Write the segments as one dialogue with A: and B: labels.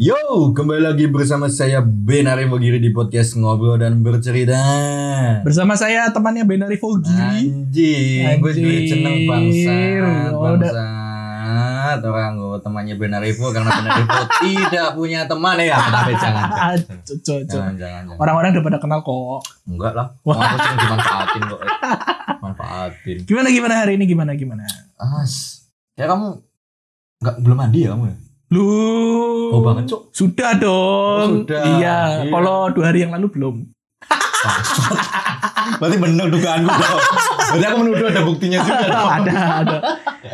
A: Yo, kembali lagi bersama saya Benare Bogiri di podcast Ngobrol dan Bercerita.
B: Bersama saya temannya Benari Fogiri.
A: Anjing, gue
B: Anjir.
A: juga seneng bangsat,
B: Oh, udah.
A: bangsat. Orang gue temannya Benarivo karena Benarivo tidak punya teman ya. Tapi jangan, jangan,
B: Ah, cu- cu- cu.
A: jangan, jangan, jangan.
B: Orang-orang udah pada kenal kok.
A: Enggak lah, aku cuma dimanfaatin kok. eh. Manfaatin.
B: Gimana gimana hari ini gimana gimana?
A: As, ya kamu nggak belum mandi ya kamu ya?
B: Lu.
A: Bau Oh, banget cok.
B: Sudah dong.
A: Oh, sudah.
B: Iya,
A: Iya.
B: kalau dua hari yang lalu belum.
A: Berarti bener dugaanku dong. Berarti aku menuduh ada buktinya juga dong.
B: ada, ada.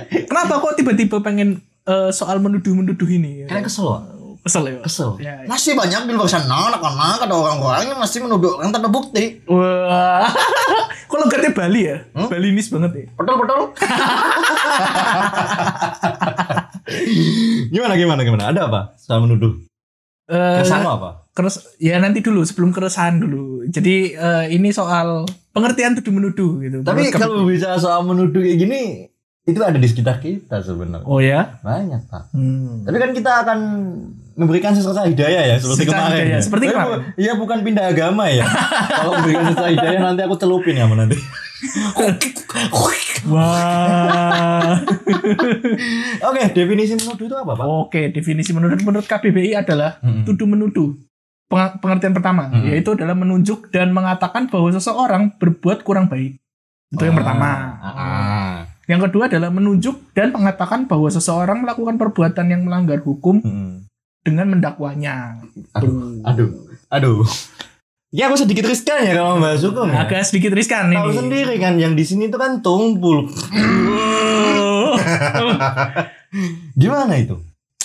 B: Kenapa kok tiba-tiba pengen eh, soal menuduh-menuduh ini?
A: Kalian kesel loh?
B: Kesel ya.
A: Kesel.
B: Ya, ya.
A: Masih banyak di luar sana anak-anak ada orang-orang yang masih menuduh orang tanpa bukti.
B: Wah. Kok logatnya Bali ya? Balinis banget ya.
A: Betul betul. gimana gimana gimana? Ada apa? Soal menuduh.
B: Eh,
A: Kesan lo apa?
B: keres ya nanti dulu sebelum keresahan dulu. Jadi eh, ini soal pengertian tuduh menuduh gitu.
A: Tapi
B: Menurut kamu-
A: kalau bicara soal menuduh kayak gini, itu ada di sekitar kita sebenarnya.
B: Oh ya.
A: Banyak pak.
B: Hmm.
A: Tapi kan kita akan memberikan sesuatu hidayah ya seperti
B: Sesuatu
A: kemarin.
B: hidayah,
A: ya.
B: seperti
A: Tapi
B: kemarin.
A: bu- Iya bukan pindah agama ya. Kalau memberikan sesuatu hidayah nanti aku celupin ya sama nanti.
B: Wah.
A: Oke, definisi menuduh itu apa, Pak?
B: Oke, definisi menurut menurut KBBI adalah
A: Mm-mm.
B: tuduh menuduh. Peng- pengertian pertama
A: Mm-mm.
B: yaitu adalah menunjuk dan mengatakan bahwa seseorang berbuat kurang baik. Itu yang pertama.
A: Ah, ah.
B: Yang kedua adalah menunjuk dan mengatakan bahwa seseorang melakukan perbuatan yang melanggar hukum
A: Mm-mm.
B: dengan mendakwanya. Gitu. Tuh.
A: Aduh, aduh. Ya aku sedikit riskan ya kalau membahas hukum ya.
B: Agak sedikit riskan
A: Tahu
B: ini.
A: sendiri kan yang di sini itu kan tumpul. Gimana itu?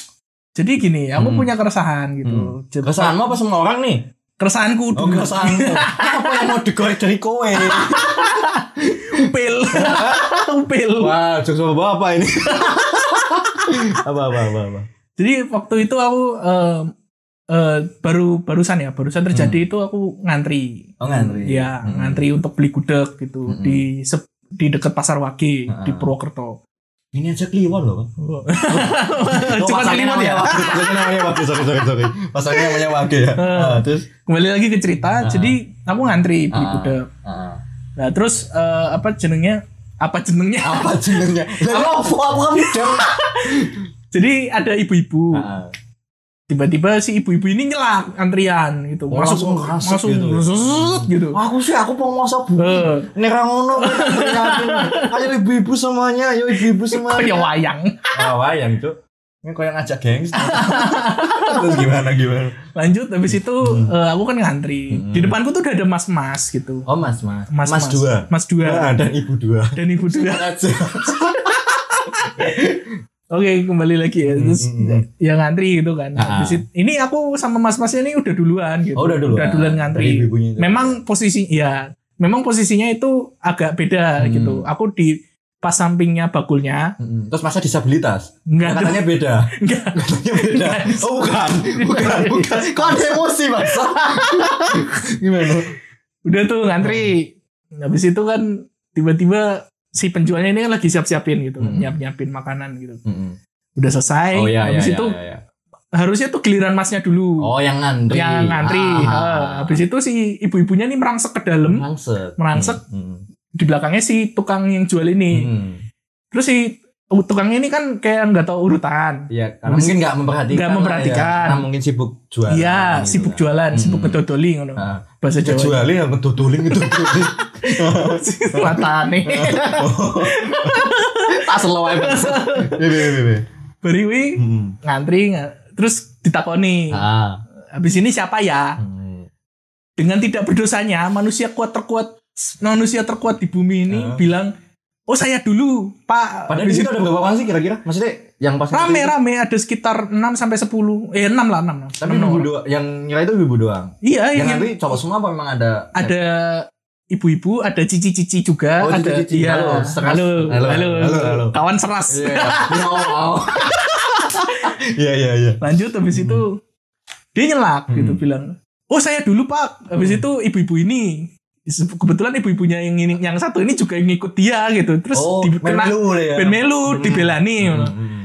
B: Jadi gini, aku
A: Hmm.
B: punya keresahan gitu. Jadi-
A: Keresahanmu apa semua orang nih?
B: Keresahanku
A: Oh,
B: dulu.
A: keresahanmu. apa yang mau digorek dari kowe?
B: Upil. Upil.
A: Wah, jokes sama bapak ini. apa apa apa apa.
B: Jadi waktu itu aku eh, eh, baru barusan ya, barusan terjadi itu aku ngantri.
A: Oh ngantri.
B: Ya,
A: Hmm.
B: ngantri untuk beli gudeg gitu
A: Hmm.
B: di sep- di dekat Pasar Wage
A: Ah. Oh.
B: di Purwokerto.
A: Ini aja kliwon loh.
B: Oh, Cuma kelimat ya.
A: Pasangnya namanya Wage, sorry sorry sorry. Pasangnya namanya Wage ya.
B: Eh.
A: Ah, terus
B: Kembali lagi ke cerita.
A: Ah.
B: Jadi aku ngantri beli
A: Ah.
B: gudeg.
A: ah,
B: Nah, terus eh, apa jenengnya? Apa jenengnya?
A: apa jenengnya? Lah apa apa kamu jam?
B: Jadi ada ibu-ibu.
A: Ah.
B: tiba-tiba si ibu-ibu ini nyelak antrian gitu
A: Oh, langsung
B: masuk
A: ngerasuk
B: masuk
A: gitu.
B: gitu, gitu.
A: Aku sih aku penguasa bu.
B: Eh,
A: Nek ra ngono kowe tak teriakin. Ayo ibu-ibu semuanya, ayo ibu-ibu
B: kayak
A: semuanya.
B: Ya wayang
A: Ah wayang, Cuk. Ini koyo ngajak gengs. Terus gimana gimana?
B: lanjut habis itu eh, aku kan ngantri
A: Hmm.
B: di depanku tuh udah ada mas-mas gitu
A: Oh Mas, Mas.
B: mas
A: Mas dua.
B: mas
A: Ah,
B: dua
A: dan ibu dua.
B: dan ibu dua
A: Aja.
B: oke kembali lagi ya terus
A: Hmm.
B: ya ngantri gitu kan
A: Ah.
B: Habis itu- ini aku sama mas-masnya ini udah duluan gitu
A: Oh, udah duluan.
B: ngantri
A: Dari ibu-ibunya itu.
B: memang posisi ya memang posisinya itu agak beda
A: Hmm.
B: gitu aku di pas sampingnya bakulnya
A: Mm-mm. Terus masa disabilitas?
B: enggak tuh.
A: Katanya beda.
B: enggak
A: Katanya beda. Oh bukan, bukan, bukan. Kok ada emosi mas? Gimana?
B: Udah tuh ngantri. Habis itu kan tiba-tiba si penjualnya ini kan lagi siap-siapin gitu,
A: Hmm.
B: nyiap-nyiapin makanan gitu. Udah selesai.
A: Oh ya, ya,
B: habis
A: ya,
B: itu
A: ya, ya.
B: harusnya tuh giliran masnya dulu.
A: Oh yang ngantri. Ah,
B: Yang ngantri. Eh, habis itu si ibu-ibunya nih merangsek ke
A: Hmm.
B: dalam,
A: merangsek.
B: Hmm?
A: Hmm,
B: Merangsek.
A: Mm-mm.
B: di belakangnya si tukang yang jual ini.
A: Mm-mm.
B: Terus si tukangnya ini kan kayak nggak tahu urutan.
A: Iya, karena
B: Habis-
A: mungkin nggak memperhatikan.
B: nggak memperhatikan.
A: lah ya. Karena mungkin sibuk jualan.
B: Iya,
A: gitu
B: sibuk
A: kan.
B: jualan, sibuk
A: Hmm.
B: ngedodoli ngono.
A: Ah.
B: Bahasa
A: Sejak
B: Jawa.
A: jualin yang ngedodoling itu.
B: Matane.
A: Tak slow aja. Mas. Iya, iya, iya, iya.
B: Bariwi
A: Mm-mm.
B: ngantri nga- terus ditakoni.
A: Ah.
B: Habis ini siapa ya?
A: Mm.
B: dengan tidak berdosanya manusia kuat terkuat manusia terkuat di bumi ini
A: Heeh.
B: bilang oh saya dulu
A: Ah.
B: pak
A: Padahal di situ ada berapa orang sih kira-kira? Maksudnya yang pas
B: rame rame ada sekitar 6 sampai 10 eh 6 lah 6 6
A: Tapi ibu doang, yang ngira itu ibu doang.
B: iya
A: Yang
B: yang
A: nanti cowok semua apa memang ada?
B: ada ibu-ibu ada cici-cici juga
A: Oh,
B: ada
A: cici-cici.
B: iya.
A: Halo, seras.
B: halo,
A: Halo,
B: halo,
A: halo, halo.
B: kawan seras
A: Iya, iya. Wow, wow. Iya, iya, iya.
B: lanjut habis
A: Hmm.
B: itu dia nyelak
A: Hmm.
B: gitu bilang oh saya dulu pak habis
A: Hmm.
B: itu ibu-ibu ini kebetulan ibu-ibunya yang ini yang satu ini juga ngikut dia gitu terus
A: Oh, main
B: dikena-
A: melu ya.
B: Ben melu
A: Hmm.
B: dibelani
A: Hmm, hmm.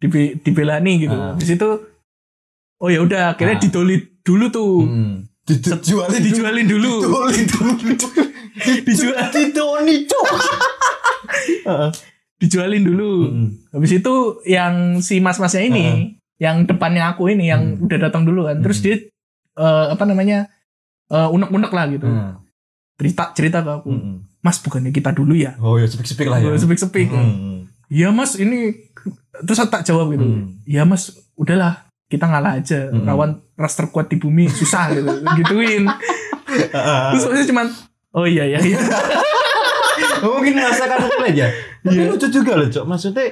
B: dibe- dibelani gitu.
A: Ah.
B: Di situ oh ya udah akhirnya
A: Ah.
B: didolin dulu tuh
A: Hmm.
C: Dijualin
B: dijualin dulu
C: Dijualin dulu.
B: Dijual-
C: Didoni, Cuk.
B: Heeh. dijualin dulu
A: Hmm.
B: habis itu yang si mas-masnya ini yang depannya aku ini yang
A: Hmm.
B: udah datang dulu kan terus
A: Hmm.
B: dia eh, apa namanya eh, unek-unek lah gitu
A: Hmm.
B: cerita cerita ke aku
A: Hmm.
B: mas bukannya kita dulu ya
A: Oh ya sepik-sepik lah ya.
B: sepik-sepik
A: Hmm.
B: ya mas ini terus aku tak jawab gitu
A: Hmm.
B: ya mas udahlah kita ngalah aja
A: Hmm.
B: lawan ras terkuat di bumi susah gitu gituin terus maksudnya cuman oh iya iya iya
A: Mungkin merasakan itu aja. Tapi
B: Iya.
A: lucu juga loh, Cok. Maksudnya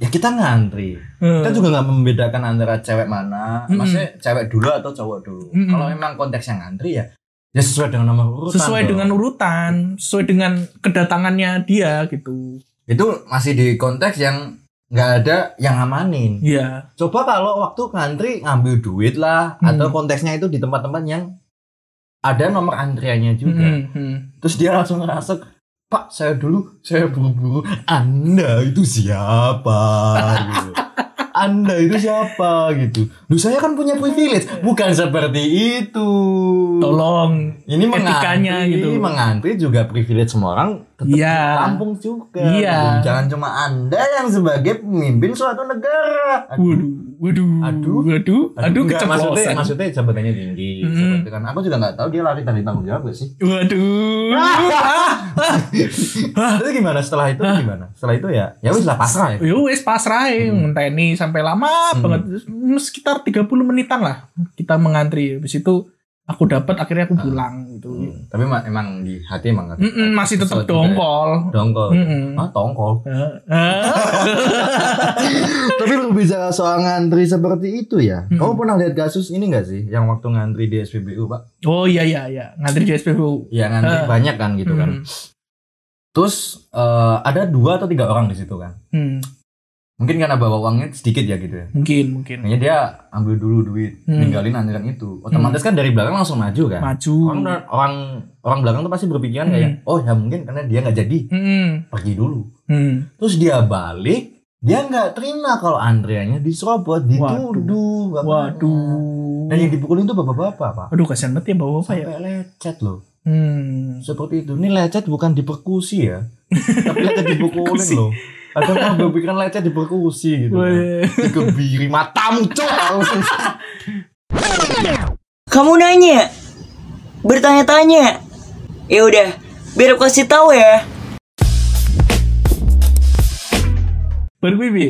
A: ya kita ngantri. Kita
B: Eh,
A: Kan juga nggak membedakan antara cewek mana,
B: Mm-mm.
A: maksudnya cewek dulu atau cowok dulu.
B: Mm-mm.
A: Kalau memang konteksnya ngantri ya ya sesuai dengan nama urutan.
B: Iya. sesuai
A: dong.
B: dengan urutan sesuai dengan kedatangannya dia gitu
A: itu masih di konteks yang nggak ada yang ngamanin.
B: ya
A: Coba kalau waktu ngantri ngambil duit lah
B: Hmm.
A: atau konteksnya itu di tempat-tempat yang ada nomor antriannya
B: Hmm.
A: juga. Terus dia langsung ngerasa Pak, saya dulu, saya buru-buru. Anda itu siapa? gitu. Anda itu siapa gitu? Lu saya kan punya privilege, bukan seperti itu.
B: tolong
A: Ini
B: etikanya
A: mengantri,
B: gitu.
A: mengantri juga privilege semua orang tetap
B: Iya.
A: ditampung juga.
B: Iya.
A: gitu. Jangan cuma Anda yang sebagai pemimpin suatu negara. Aduh.
B: waduh waduh
A: Aduh.
B: waduh aduh
A: enggak, maksudnya,
B: keceplosan
A: maksudnya jabatannya tinggi.
B: Mm-mm.
A: seperti kan aku juga nggak tahu dia lari dari tanggung jawab gak sih.
B: waduh
A: Itu gimana setelah itu gimana? Setelah itu ya ya wis lah pasrah ya.
B: Yo wis pasrah ya ngenteni sampai lama
A: Hmm.
B: banget Terus sekitar 30 menitan lah kita mengantri habis itu aku dapat akhirnya aku pulang gitu.
A: Ah. Hmm. Tapi ma- emang di hati emang nggak-
B: Mm-mm, masih tetap
A: Kesel juga ya.
B: dongkol.
A: Dongkol.
B: Mm-mm.
A: Ah, tongkol.
B: Eh, eh,
A: Tapi lu bicara soal ngantri seperti itu ya.
B: Mm-mm.
A: Kamu pernah lihat kasus ini gak sih yang waktu ngantri di SPBU, Pak?
B: Oh iya iya iya ngantri di SPBU.
A: Ya ngantri
B: Ah.
A: banyak kan gitu kan.
B: Mm,
A: Terus eh, ada dua atau tiga orang di situ kan.
B: mm.
A: Mungkin karena bawa uangnya sedikit ya gitu ya.
B: Mungkin mungkin
A: Makanya dia ambil dulu duit,
B: Hmm.
A: ninggalin antrian itu. Otomatis kan
B: Mm.
A: dari belakang langsung maju kan.
B: maju.
A: Orang orang orang belakang tuh pasti berpikiran kayak,
B: Hmm.
A: oh ya mungkin karena dia nggak jadi
B: Mm-mm.
A: pergi dulu.
B: Mm.
A: Terus dia balik, dia nggak terima kalau antriannya diserobot, dituduh. bapaknya.
B: Waduh.
A: Dan yang dipukulin tuh bapak-bapak pak.
B: Aduh kasihan banget ya bapak-bapak ya.
A: Sampai lecet loh.
B: Hmm.
A: Seperti itu. Ini lecet bukan diperkusi ya, tapi lecet dipukulin loh. Ada orang berpikiran lecet diperkusi gitu. kan.
B: Weh.
A: Dikebiri matamu cok.
D: Kamu nanya, bertanya-tanya. Ya udah, biar aku kasih tahu ya.
B: Baru gue, Bi.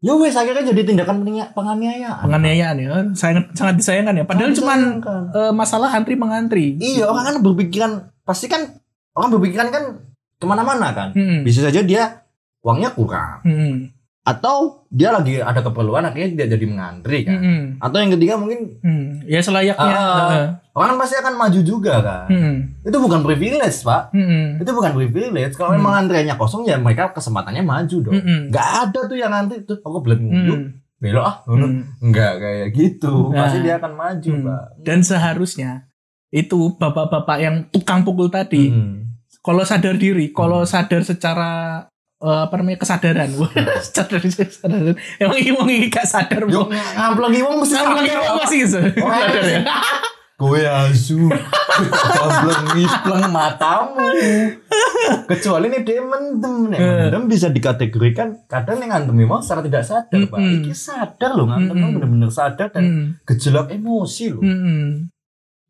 A: Ya wes akhirnya jadi tindakan pengania- penganiayaan.
B: penganiayaan ya sangat sangat disayangkan ya padahal
A: Sangat
B: cuman
A: disayangkan.
B: eh, masalah antri mengantri
A: Iya orang kan berpikiran pasti kan orang berpikiran kan kemana-mana kan.
B: Mm-mm.
A: Bisa saja dia uangnya kurang
B: Mm-mm.
A: atau dia lagi ada keperluan akhirnya tidak jadi mengantri kan.
B: Mm-mm.
A: Atau yang ketiga mungkin
B: Mm. Hmm. ya selayaknya
A: Ah, ah,
B: Heeh. Hmm.
A: orang kan pasti akan maju juga kan.
B: Mm-mm.
A: Itu bukan privilege pak.
B: Mm-mm.
A: Itu bukan privilege. Kalau
B: Hmm.
A: memang antriannya kosong ya mereka kesempatannya maju dong.
B: Mm-mm.
A: Nggak ada tuh yang antri tuh aku belum
B: Mm.
A: belok ah.
B: Mm.
A: Nggak kayak gitu.
B: Nah.
A: Pasti dia akan maju
B: Mm.
A: pak.
B: dan seharusnya itu bapak-bapak yang tukang pukul tadi
A: Mm.
B: kalau sadar diri kalau sadar secara eh, apa namanya kesadaran Wah, sadar kesadaran emang iwang ini gak sadar
A: Yo
B: Bang.
A: ngamplang iwang mesti
B: Emang iwang masih gitu.
A: Oh,
B: sadar
A: iya.
B: ya
A: Kowe asu. Ngamplang ngiplang matamu. Kecuali nih dia mendem nih.
B: Eh.
A: Mendem bisa dikategorikan kadang nih ngantemi mau secara tidak sadar, Pak.
B: Mm-mm.
A: Iki sadar loh ngantem
B: Mm-mm.
A: bener-bener sadar dan
B: Mm.
A: gejolak emosi loh.
B: Mm-mm.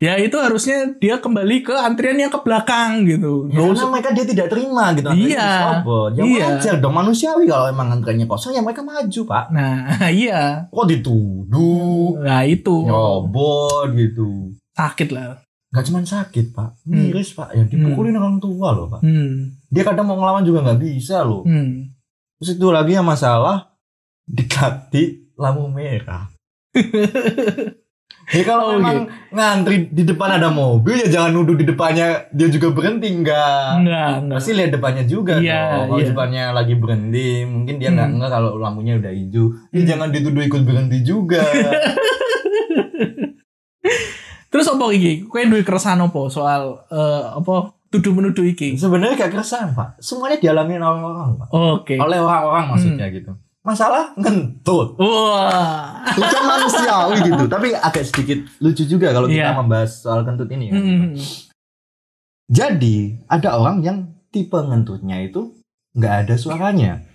B: Ya itu harusnya dia kembali ke antrian yang ke belakang
A: Ya,
B: gitu. Nggak
A: karena
B: usah-
A: mereka dia tidak terima gitu
B: Iya.
A: akhirnya disobot. Ya
B: Iya.
A: wajar dong manusiawi kalau emang antriannya kosong ya mereka maju pak
B: Nah iya,
A: Kok dituduh
B: nah itu
A: Ya. Nyobot gitu
B: sakit lah.
A: Gak cuman sakit pak
B: Mm.
A: Miris pak Yang dipukulin orang tua loh pak
B: Hmm.
A: dia kadang mau ngelawan juga nggak bisa loh
B: Hmm.
A: terus itu lagi yang masalah dikati lampu merah ya
B: Oh,
A: kalau memang ngantri di depan ada mobil ya jangan nuduh di depannya dia juga berhenti enggak
B: Enggak, enggak.
A: pasti lihat depannya juga
B: Iya,
A: dong. kalau
B: iya.
A: depannya lagi berhenti mungkin dia nggak
B: Hmm.
A: enggak kalau lampunya udah hijau ya
B: Hmm.
A: jangan dituduh ikut berhenti juga
B: Terus apa iki? Kowe duwe keresahan apa soal eh, apa tuduh menuduh iki?
A: sebenarnya gak keresahan pak semuanya dialami oleh orang-orang pak
B: Oke. Hmm.
A: oleh orang-orang maksudnya gitu masalah ngentut
B: Wah.
A: itu kan manusiawi gitu tapi agak sedikit lucu juga kalau kita
B: Iya.
A: membahas soal kentut ini ya.
B: Hmm.
A: jadi ada orang yang tipe ngentutnya itu nggak ada suaranya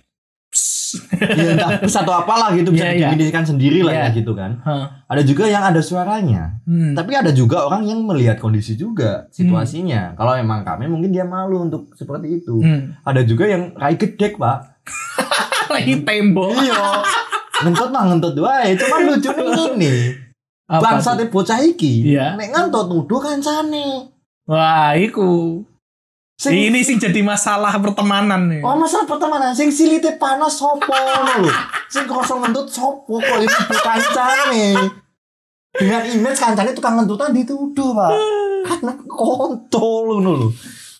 B: Psst.
A: ya entah pes atau apalah gitu bisa
B: Iya, iya.
A: didefinisikan sendiri lah ya
B: Iya.
A: gitu kan
B: Hah.
A: ada juga yang ada suaranya
B: Hmm.
A: tapi ada juga orang yang melihat kondisi juga situasinya kalau emang kami mungkin dia malu untuk seperti itu
B: Hmm.
A: ada juga yang rai gedek pak
B: Lagi tembok.
A: iya ngentut mah ngentut wae cuman lucu nih ini
B: Apa tuh?
A: bangsatnya bocah iki
B: Iya.
A: nek ngentut nuduh kancane
B: Wah, iku.
A: sing
B: Ini sih jadi masalah pertemanan nih.
A: Oh masalah pertemanan sing silite panas sopo ngono lho. Sing kosong ngentut sopo kok itu bu kancane. Dengan image kancane tukang ngentutan dituduh, Pak. Karena kontol ngono lho.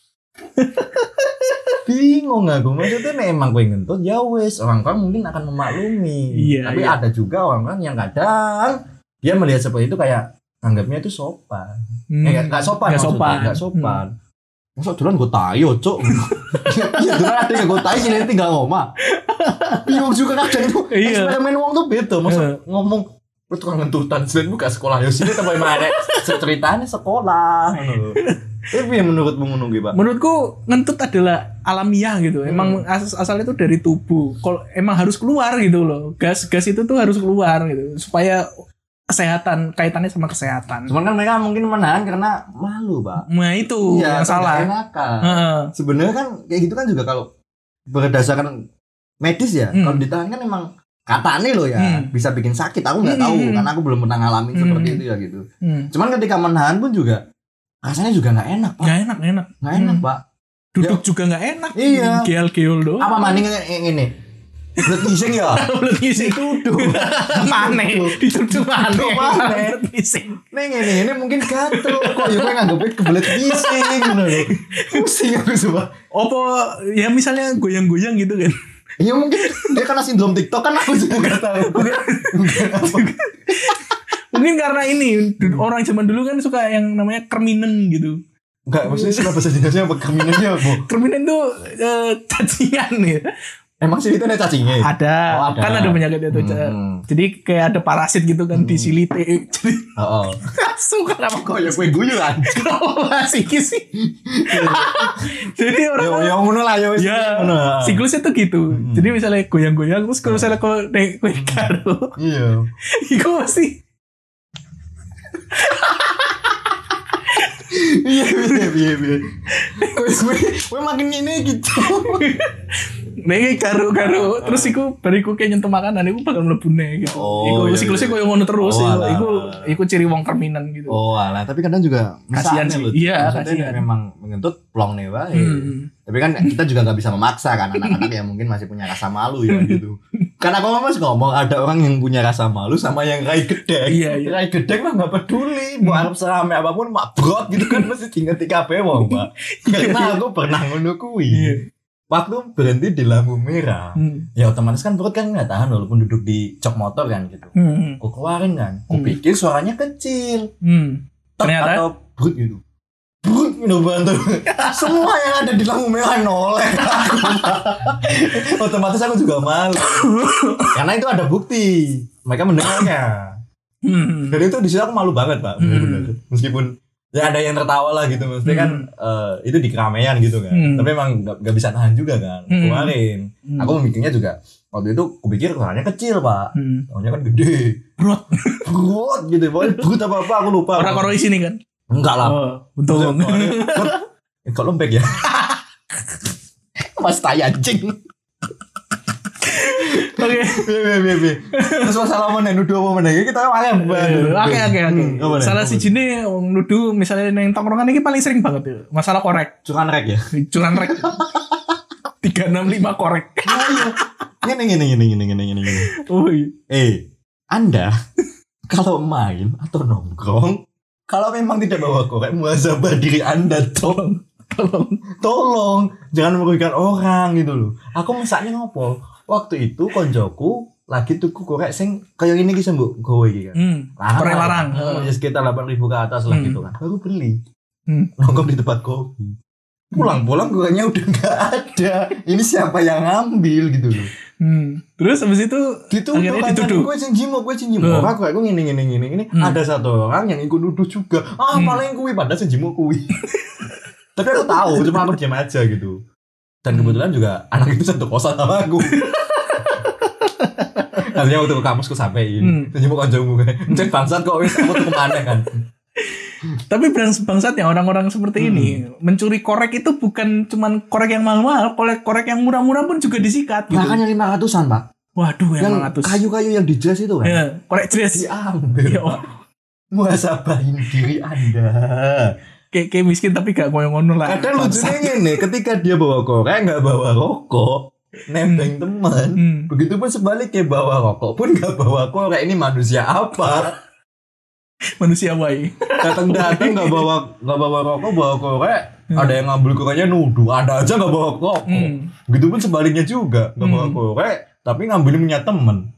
A: Bingung aku maksudnya nek emang kowe ngentut ya wis orang-orang mungkin akan memaklumi.
B: Iya,
A: Tapi
B: iya.
A: ada juga orang-orang yang kadang dia melihat seperti itu kayak anggapnya itu sopan.
B: Hmm.
A: Eh, nggak- nggak sopan.
B: Nggak
A: maksudnya,
B: sopan. Hmm.
A: nggak sopan. Masa duluan gue tayo, cok. Iya, duluan ada yang gue tayo, sini tinggal ngomong. Bingung juga kadang itu.
B: Iya. Hmm.
A: Eksperimen uang tuh beda. Masa
B: Heeh.
A: ngomong, lu tukang ngentutan, selain buka sekolah. Ya sini tempat mana? Ceritanya sekolah. Tapi yang menurutmu menunggu, Pak?
B: Menurutku ngentut adalah alamiah gitu.
A: Hmm.
B: Emang as- asalnya itu dari tubuh. Kalau emang harus keluar gitu loh. Gas-gas itu tuh harus keluar gitu supaya kesehatan kaitannya sama kesehatan.
A: Cuman kan mereka mungkin menahan karena malu, Pak.
B: Nah itu
A: kan
B: yang salah.
A: nggak enakan.
B: Heeh.
A: Sebenarnya kan kayak gitu kan juga kalau berdasarkan medis ya,
B: Hmm.
A: kalau ditahan kan emang katanya loh ya
B: Hmm.
A: bisa bikin sakit. Aku nggak tahu
B: Hmm.
A: karena aku belum pernah ngalamin seperti
B: Hmm.
A: itu ya gitu.
B: Hmm.
A: Cuman ketika menahan pun juga rasanya juga nggak enak pak,
B: Nggak enak, nggak enak.
A: nggak enak
B: Hmm.
A: pak.
B: Duduk juga nggak enak.
A: Ya. Iya.
B: Geol-geol doang.
A: Apa maning yang ini? Belut ngising ya?
B: Mulut ngising duduk. Mane, dituduh mane.
A: mane.
B: Mulut ngising.
A: Neng ini ini mungkin gatel kok ya gue nganggepnya kebelet ngising gitu loh. Pusing aku coba.
B: Opo ya misalnya goyang-goyang gitu kan.
A: Ya mungkin dia karena sindrom TikTok kan aku juga nggak tahu. Mungkin apa.
B: Mungkin karena ini du-
A: Hmm.
B: orang zaman dulu kan suka yang namanya kerminen gitu.
A: Enggak maksudnya sih bahasa Indonesia apa keminannya bu?
B: Kerminen tuh eh, cacingan ya.
A: Emang sih itu ada cacingnya.
B: Ada.
A: Oh, ada.
B: Kan ada penyakit itu. ca-
A: Hmm.
B: Jadi kayak ada parasit gitu kan di silite. Jadi
A: Oh, oh.
B: suka nama
A: Kok ya gue guyu kan?
B: Kenapa sih sih? Jadi orang
A: Yo yo ngono lah yo.
B: Ya,
A: Ngono.
B: siklusnya tuh gitu.
A: Hmm.
B: Jadi misalnya goyang-goyang terus kalau misalnya kalau naik kue karo,
A: Iya.
B: iku pasti
A: Iya iya iya iya. Gue gue gue makin ini gitu.
B: naik karo karo terus iku bariku kayak nyentuh makanan iku bakal mlebu nih
A: Ah.
B: gitu.
A: Oh,
B: iku
A: iya, iya.
B: siklusnya koyo ngono terus
A: Oh,
B: iku-
A: alah,
B: iku
A: alah, alah.
B: iku ciri wong kerminan gitu.
A: Oh alah, tapi kadang juga
B: Kasihan
A: misalnya
B: sih.
A: loh,
B: Iya,
A: maksudnya
B: kasihan.
A: memang mengentut plong nih wae.
B: Hmm.
A: Tapi kan kita juga nggak bisa memaksa kan anak-anak yang mungkin masih punya rasa malu ya gitu. Karena kalau mas ngomong ada orang yang punya rasa malu sama yang rai gedek.
B: Iya, Hmm. iya.
A: Rai gedek mah nggak peduli, mau Arab serame apapun mabrot gitu kan mesti tinggal tiga wong pak. Karena aku pernah ngono kuwi.
B: Iya.
A: Waktu berhenti di lampu merah,
B: Hmm.
A: ya otomatis kan perut kan nggak tahan walaupun duduk di jok motor kan gitu.
B: Hmm.
A: Aku keluarin kan, aku
B: Hmm.
A: pikir suaranya kecil.
B: Hmm.
A: Tek
B: Ternyata-
A: atau brut gitu brut gitu bantu semua yang ada di lampu merah noleh otomatis aku juga malu karena itu ada bukti mereka mendengarnya
B: Hmm.
A: dan itu di situ aku malu banget pak bener-bener. meskipun ya ada yang tertawa lah gitu maksudnya kan eh, itu di keramaian gitu kan
B: Hmm.
A: tapi emang nggak nggak bisa tahan juga kan
B: Hmm.
A: keluarin
B: Hmm.
A: aku mikirnya juga waktu itu aku pikir suaranya kecil pak
B: Hmm.
A: Soalnya kan gede
B: Brot.
A: brut gitu pokoknya brut apa apa aku lupa
B: Orang orang sini kan.
A: enggak lah
B: Oh, untung.
A: Eh, Kok lembek ya? Mas tai anjing.
B: Oke.
A: Piye piye piye, piye. Terus masalah mana nuduh apa mana kita malah
B: Oke oke oke.
A: Hmm,
B: Salah si
A: siji
B: jine wong nuduh misalnya neng tongkrongan ini paling sering banget ya. Masalah korek,
A: curan rek ya.
B: curan rek. 365 korek.
A: Ayo. Ngene ngene ngene ngene ngene ngene. ngene.
B: Woi.
A: Eh, Anda kalau main atau nongkrong kalau memang tidak bawa korek muasabah diri Anda tolong
B: Tolong.
A: tolong jangan merugikan orang gitu loh aku masaknya ngopo waktu itu konjoku lagi tuku korek sing kayak ini kisah mbok gawe iki kan
B: Hmm. Korek larang.
A: Hmm, ya sekitar 8 ribu ke atas lah
B: Hmm.
A: gitu kan baru beli
B: Hmm.
A: nongkrong di tempat kopi pulang-pulang koreknya udah nggak ada ini siapa yang ngambil gitu loh
B: Hmm. Terus abis itu
A: dituduh Hmm.
B: akhirnya
A: kan
B: dituduh.
A: gue jinjimok gue
B: Hmm.
A: jinjimok aku aku ngene ngene ngene ngene ada satu orang yang ikut nuduh juga ah paling kuwi padahal jinjimok kuwi tapi aku tahu cuma aku diam aja gitu dan kebetulan juga anak itu satu kosan sama aku Akhirnya waktu ke kampus ku sampein
B: Hmm.
A: Jinjimok kancamu kayak Cek bangsat kok wis Aku tuh kemana kan
B: Tapi bangsa bangsatnya orang-orang seperti ini mencuri korek itu bukan cuman korek yang mahal-mahal, korek korek yang murah-murah pun juga disikat gitu.
A: Bahkan yang 500an pak
B: Waduh
A: Yang
B: yang 500.
A: kayu-kayu yang di jazz itu kan
B: Ya, korek jazz.
A: Diambil
B: Ya,
A: Pak. Muhasabahin diri anda
B: kayak kayak miskin tapi gak ngono-ngono lah.
A: Kadang lucunya gini, ketika dia bawa korek nggak bawa rokok, nembeng teman.
B: Hmm.
A: Begitupun sebaliknya bawa rokok pun nggak bawa korek. Ini manusia apa?
B: Manusia wai.
A: Datang-datang nggak bawa nggak bawa rokok, bawa korek. Ada yang ngambil koreknya nuduh, ada aja nggak bawa rokok.
B: Hmm.
A: Begitupun sebaliknya juga nggak bawa
B: Hmm.
A: korek, tapi ngambilin punya temen.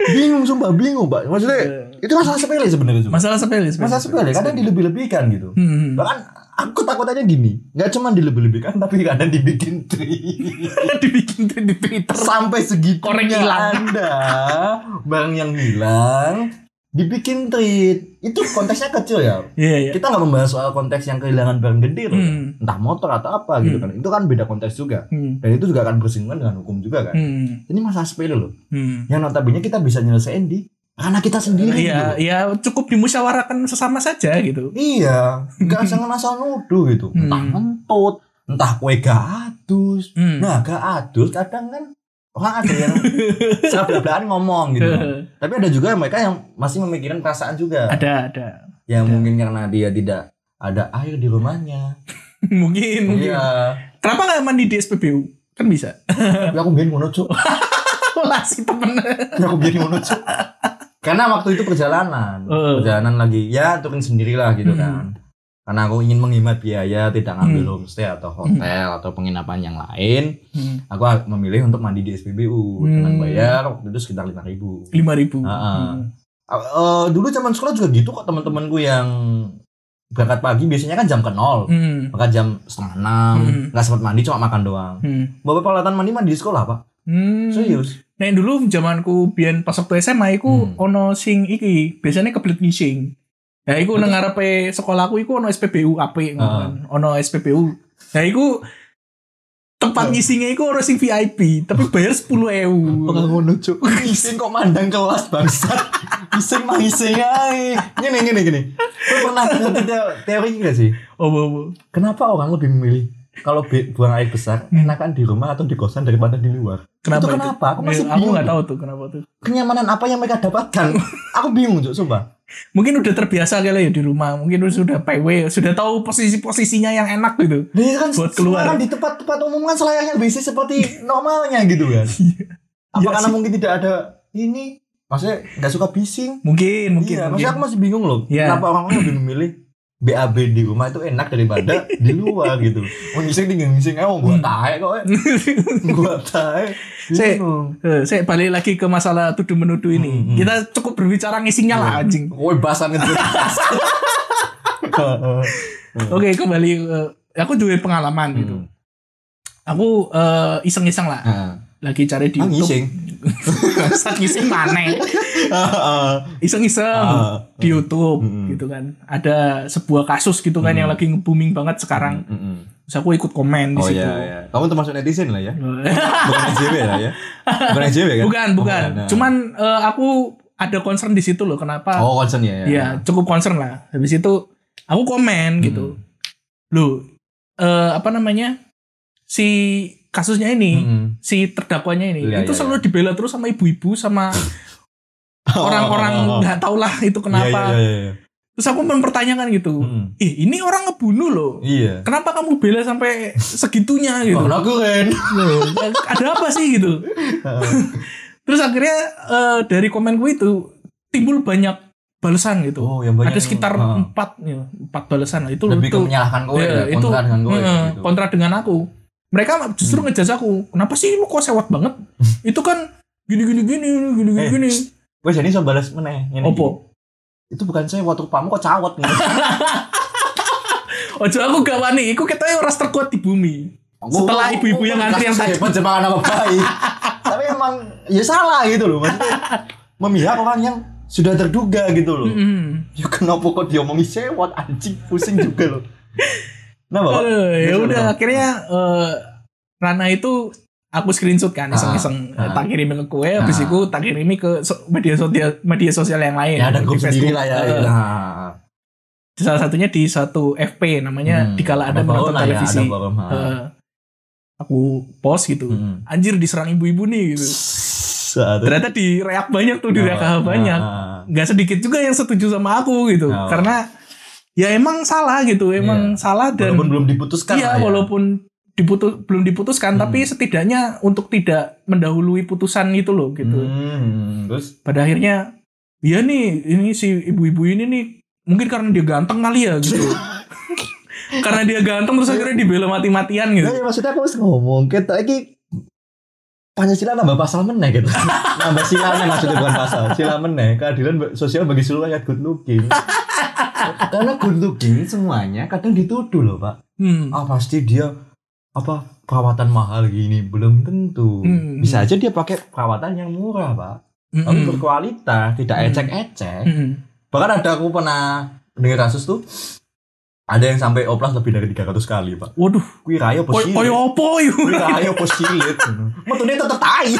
A: bingung sumpah bingung pak maksudnya itu masalah sepele sebenarnya cuma
B: Iya. Masalah sepele. sepele.
A: masalah sepele kadang dilebih-lebihkan gitu
B: Hmm.
A: Bahkan aku takutannya gini, nggak cuma dilebih-lebihkan tapi kadang dibikin tree
B: hmm. dibikin tweet di Twitter.
A: sampai segitunya
B: Korek hilang.
A: Anda, barang yang hilang dibikin treat. Itu konteksnya kecil ya.
B: Iya, iya.
A: Kita nggak membahas soal konteks yang kehilangan barang gede loh.
B: Hmm.
A: Entah motor atau apa gitu kan. Itu kan beda konteks juga.
B: Hmm.
A: Dan itu juga akan bersinggungan dengan hukum juga kan.
B: Hmm.
A: Ini masalah sepele loh.
B: Hmm.
A: Yang notabene kita bisa nyelesain di anak kita sendiri gitu
B: Iya,
A: loh.
B: ya cukup dimusyawarakan sesama saja gitu.
A: Iya, nggak sengaja asal nuduh gitu. Entah
B: Hmm.
A: mentut, entah kue gadus.
B: Hmm.
A: Nah, gak adus kadang kan orang ada yang sebelah-belahan ngomong gitu.
B: Hmm.
A: Tapi ada juga mereka yang masih memikirkan perasaan juga.
B: ada, ada.
A: Yang
B: Iya.
A: mungkin karena dia tidak ada air di rumahnya.
B: Mungkin, mungkin.
A: Iya.
B: Kenapa nggak mandi di SPBU? Kan bisa.
A: Tapi aku biarin ngono, Cuk.
B: Lah si temen.
A: Tapi aku biarin ngono, Cuk. Karena waktu itu perjalanan,
B: Heeh.
A: perjalanan lagi. Ya, touring sendirilah gitu
B: Hmm.
A: kan. Karena aku ingin menghemat biaya, tidak ngambil homestay atau
B: Hmm.
A: hotel atau penginapan yang lain. aku memilih untuk mandi di SPBU
B: Hmm.
A: dengan bayar waktu itu sekitar lima ribu.
B: Lima ribu.
A: Ah, eh, dulu zaman sekolah juga gitu kok teman-temanku yang berangkat pagi biasanya kan jam ke nol,
B: Hmm.
A: maka jam setengah enam,
B: Hmm.
A: nggak sempat mandi cuma makan doang.
B: Hmm.
A: Bapak peralatan mandi mandi di sekolah pak?
B: Hmm.
A: Serius?
B: Nah yang dulu zamanku biyen pas waktu SMA iku
A: Hmm.
B: ono sing iki biasanya kebelet ngising. Ya iku nang ngarepe sekolahku iku ono SPBU apik ngono
A: Ah.
B: kan. Ono SPBU. Ya iku tempat ngisingnya iku ono sing VIP tapi bayar 10.000.
A: ngono cuk. Ising kok mandang kelas bangsat. Ising mah ising ae. Gini gini gini. Lu pernah ngerti teo- teori nggak sih?
B: Opo opo.
A: Kenapa orang lebih memilih kalau bi- buang air besar enakan di rumah atau di kosan daripada di luar?
B: Hmm. Kenapa
A: itu
B: itu?
A: kenapa? Aku masih
B: Ya, aku
A: bingung.
B: nggak tahu tuh kenapa tuh.
A: kenyamanan apa yang mereka dapatkan? aku bingung Cuk, sumpah.
B: Mungkin udah terbiasa kali ya di rumah. Mungkin udah- sudah PW, sudah tahu posisi-posisinya yang enak gitu.
A: Dia kan
B: Buat
A: semua
B: keluar.
A: kan di tempat-tempat umum kan selayaknya bisnis seperti normalnya gitu kan. apa
B: Iya
A: karena
B: sih.
A: mungkin tidak ada ini? Maksudnya nggak suka bising?
B: Mungkin, mungkin.
A: iya,
B: mungkin.
A: maksudnya aku masih bingung loh.
B: Iya.
A: Kenapa orang lebih memilih BAB di rumah itu enak daripada di luar gitu. Mau ngising tinggal ngising, eh mau buat
B: Hmm.
A: tae kok, eh. buat tae.
B: Sik.
A: Bingung.
B: Eh, saya balik lagi ke masalah tuduh menuduh ini.
A: Hmm, Iya. hmm.
B: Kita cukup berbicara ngisingnya lah anjing.
A: Woi bahasan itu. Hmm.
B: Oke, kembali eh, aku juga pengalaman gitu.
A: Hmm.
B: Aku eh, iseng-iseng lah. Lagi cari di
A: Ah,
B: YouTube.
A: ngising.
B: Bangsat, ngising mana? Iseng-iseng
A: Ah,
B: di YouTube
A: Hmm, hmm.
B: gitu kan. Ada sebuah kasus gitu kan yang lagi nge-booming banget sekarang.
A: Mm-mm.
B: Terus aku ikut komen di
A: Hmm. Oh
B: situ.
A: iya, iya. Kamu termasuk netizen lah ya. Bukan SJW lah ya. Bukan SJW kan?
B: bukan, bukan.
A: nah.
B: Cuman eh, aku ada concern di situ loh kenapa
A: Oh, concern ya. Hmm.
B: Iya, cukup concern lah. Habis itu aku komen gitu. Loh, eh apa namanya? Si kasusnya ini,
A: Mm-mm.
B: si terdakwanya ini,
A: Hmm. Iya,
B: itu
A: iya,
B: selalu dibela terus sama ibu-ibu sama
A: Oh, oh, oh, oh.
B: orang-orang nggak tahu lah itu kenapa.
A: Iya, Hmm. iya, iya.
B: Terus aku mempertanyakan gitu.
A: Mm-mm.
B: Ih, ini orang ngebunuh loh.
A: Iya.
B: Kenapa kamu bela sampai segitunya gitu?
A: Oh, nah, keren.
B: Loh, ada apa sih gitu? Terus akhirnya eh, dari komenku itu timbul banyak balasan gitu.
A: Oh, yang banyak
B: ada
A: yang-
B: sekitar
A: Ah.
B: empat ya, empat balasan lah. itu
A: Lebih ke
B: itu-
A: menyalahkan kowe
B: ya,
A: ya,
B: itu
A: kontra dengan kowe
B: eh,
A: gitu. Hmm.
B: kontra dengan aku. Mereka justru ngejudge aku. Kenapa sih lu kok sewot banget? itu kan gini gini gini gini gini
A: Eh,
B: gini.
A: Wes jadi so balas meneh. Ngene iki.
B: Opo?
A: Itu bukan saya waktu pamu kok cawat nih. eh.
B: Ojo aku gak wani, iku ketoknya ras terkuat di bumi. Setelah ibu-ibu yang ngantri yang tadi.
A: Hebat Jepang nama baik. Tapi emang ya salah gitu loh. Maksudnya memihak orang yang sudah terduga gitu loh.
B: Hmm.
A: Ya kenapa kok diomongi sewot anjing pusing juga loh. Nah, Bapak.
B: Aduh, ya
A: Terus
B: udah
A: apa?
B: akhirnya eh, Rana itu aku screenshot kan iseng-iseng
A: Ah, ah.
B: tak kirimin ke kue
A: Ah.
B: habis itu tak kirimi ke so- media sosial media sosial yang lain.
A: Ya ada
B: Di
A: grup sendiri
B: Facebook.
A: lah ya.
B: Eh,
A: Nah,
B: salah satunya di satu FP namanya
A: Hmm.
B: dikala ada
A: Ada
B: menonton
A: forum lah ya, ada
B: televisi.
A: forum, ha.
B: Eh, aku post gitu.
A: Hmm.
B: Anjir diserang ibu-ibu nih gitu.
A: Satu.
B: Ternyata direak banyak tuh, direak
A: Nah,
B: banyak.
A: nah,
B: nggak sedikit juga yang setuju sama aku gitu
A: Oh.
B: karena ya emang salah gitu emang
A: Iya.
B: salah dan
A: walaupun belum diputuskan
B: iya
A: lah ya.
B: walaupun diputus belum diputuskan
A: Hmm.
B: tapi setidaknya untuk tidak mendahului putusan itu loh gitu
A: Hmm, terus
B: pada akhirnya ya nih ini si ibu-ibu ini nih mungkin karena dia ganteng kali ya gitu karena dia ganteng terus akhirnya dibela mati-matian gitu
A: Nah, ya, maksudnya aku harus ngomong kita lagi Pancasila nambah pasal meneh gitu. nambah sila meneh maksudnya bukan pasal. Sila meneh keadilan ba- sosial bagi seluruh rakyat good looking. Karena good looking semuanya kadang dituduh loh, Pak.
B: Hmm.
A: Ah pasti dia apa perawatan mahal gini belum tentu.
B: Hmm.
A: Bisa aja dia pakai perawatan yang murah, Pak.
B: Mm-mm.
A: Tapi berkualitas,
B: Hmm.
A: tidak ecek-ecek.
B: Mm-mm.
A: Bahkan ada aku pernah dengar kasus tuh ada yang sampai oplas lebih dari 300 kali, Pak.
B: waduh
A: Kuwi rayo positif.
B: koy- koyo opo yuk
A: Wih, ayo kok silit. Metune tetep tai.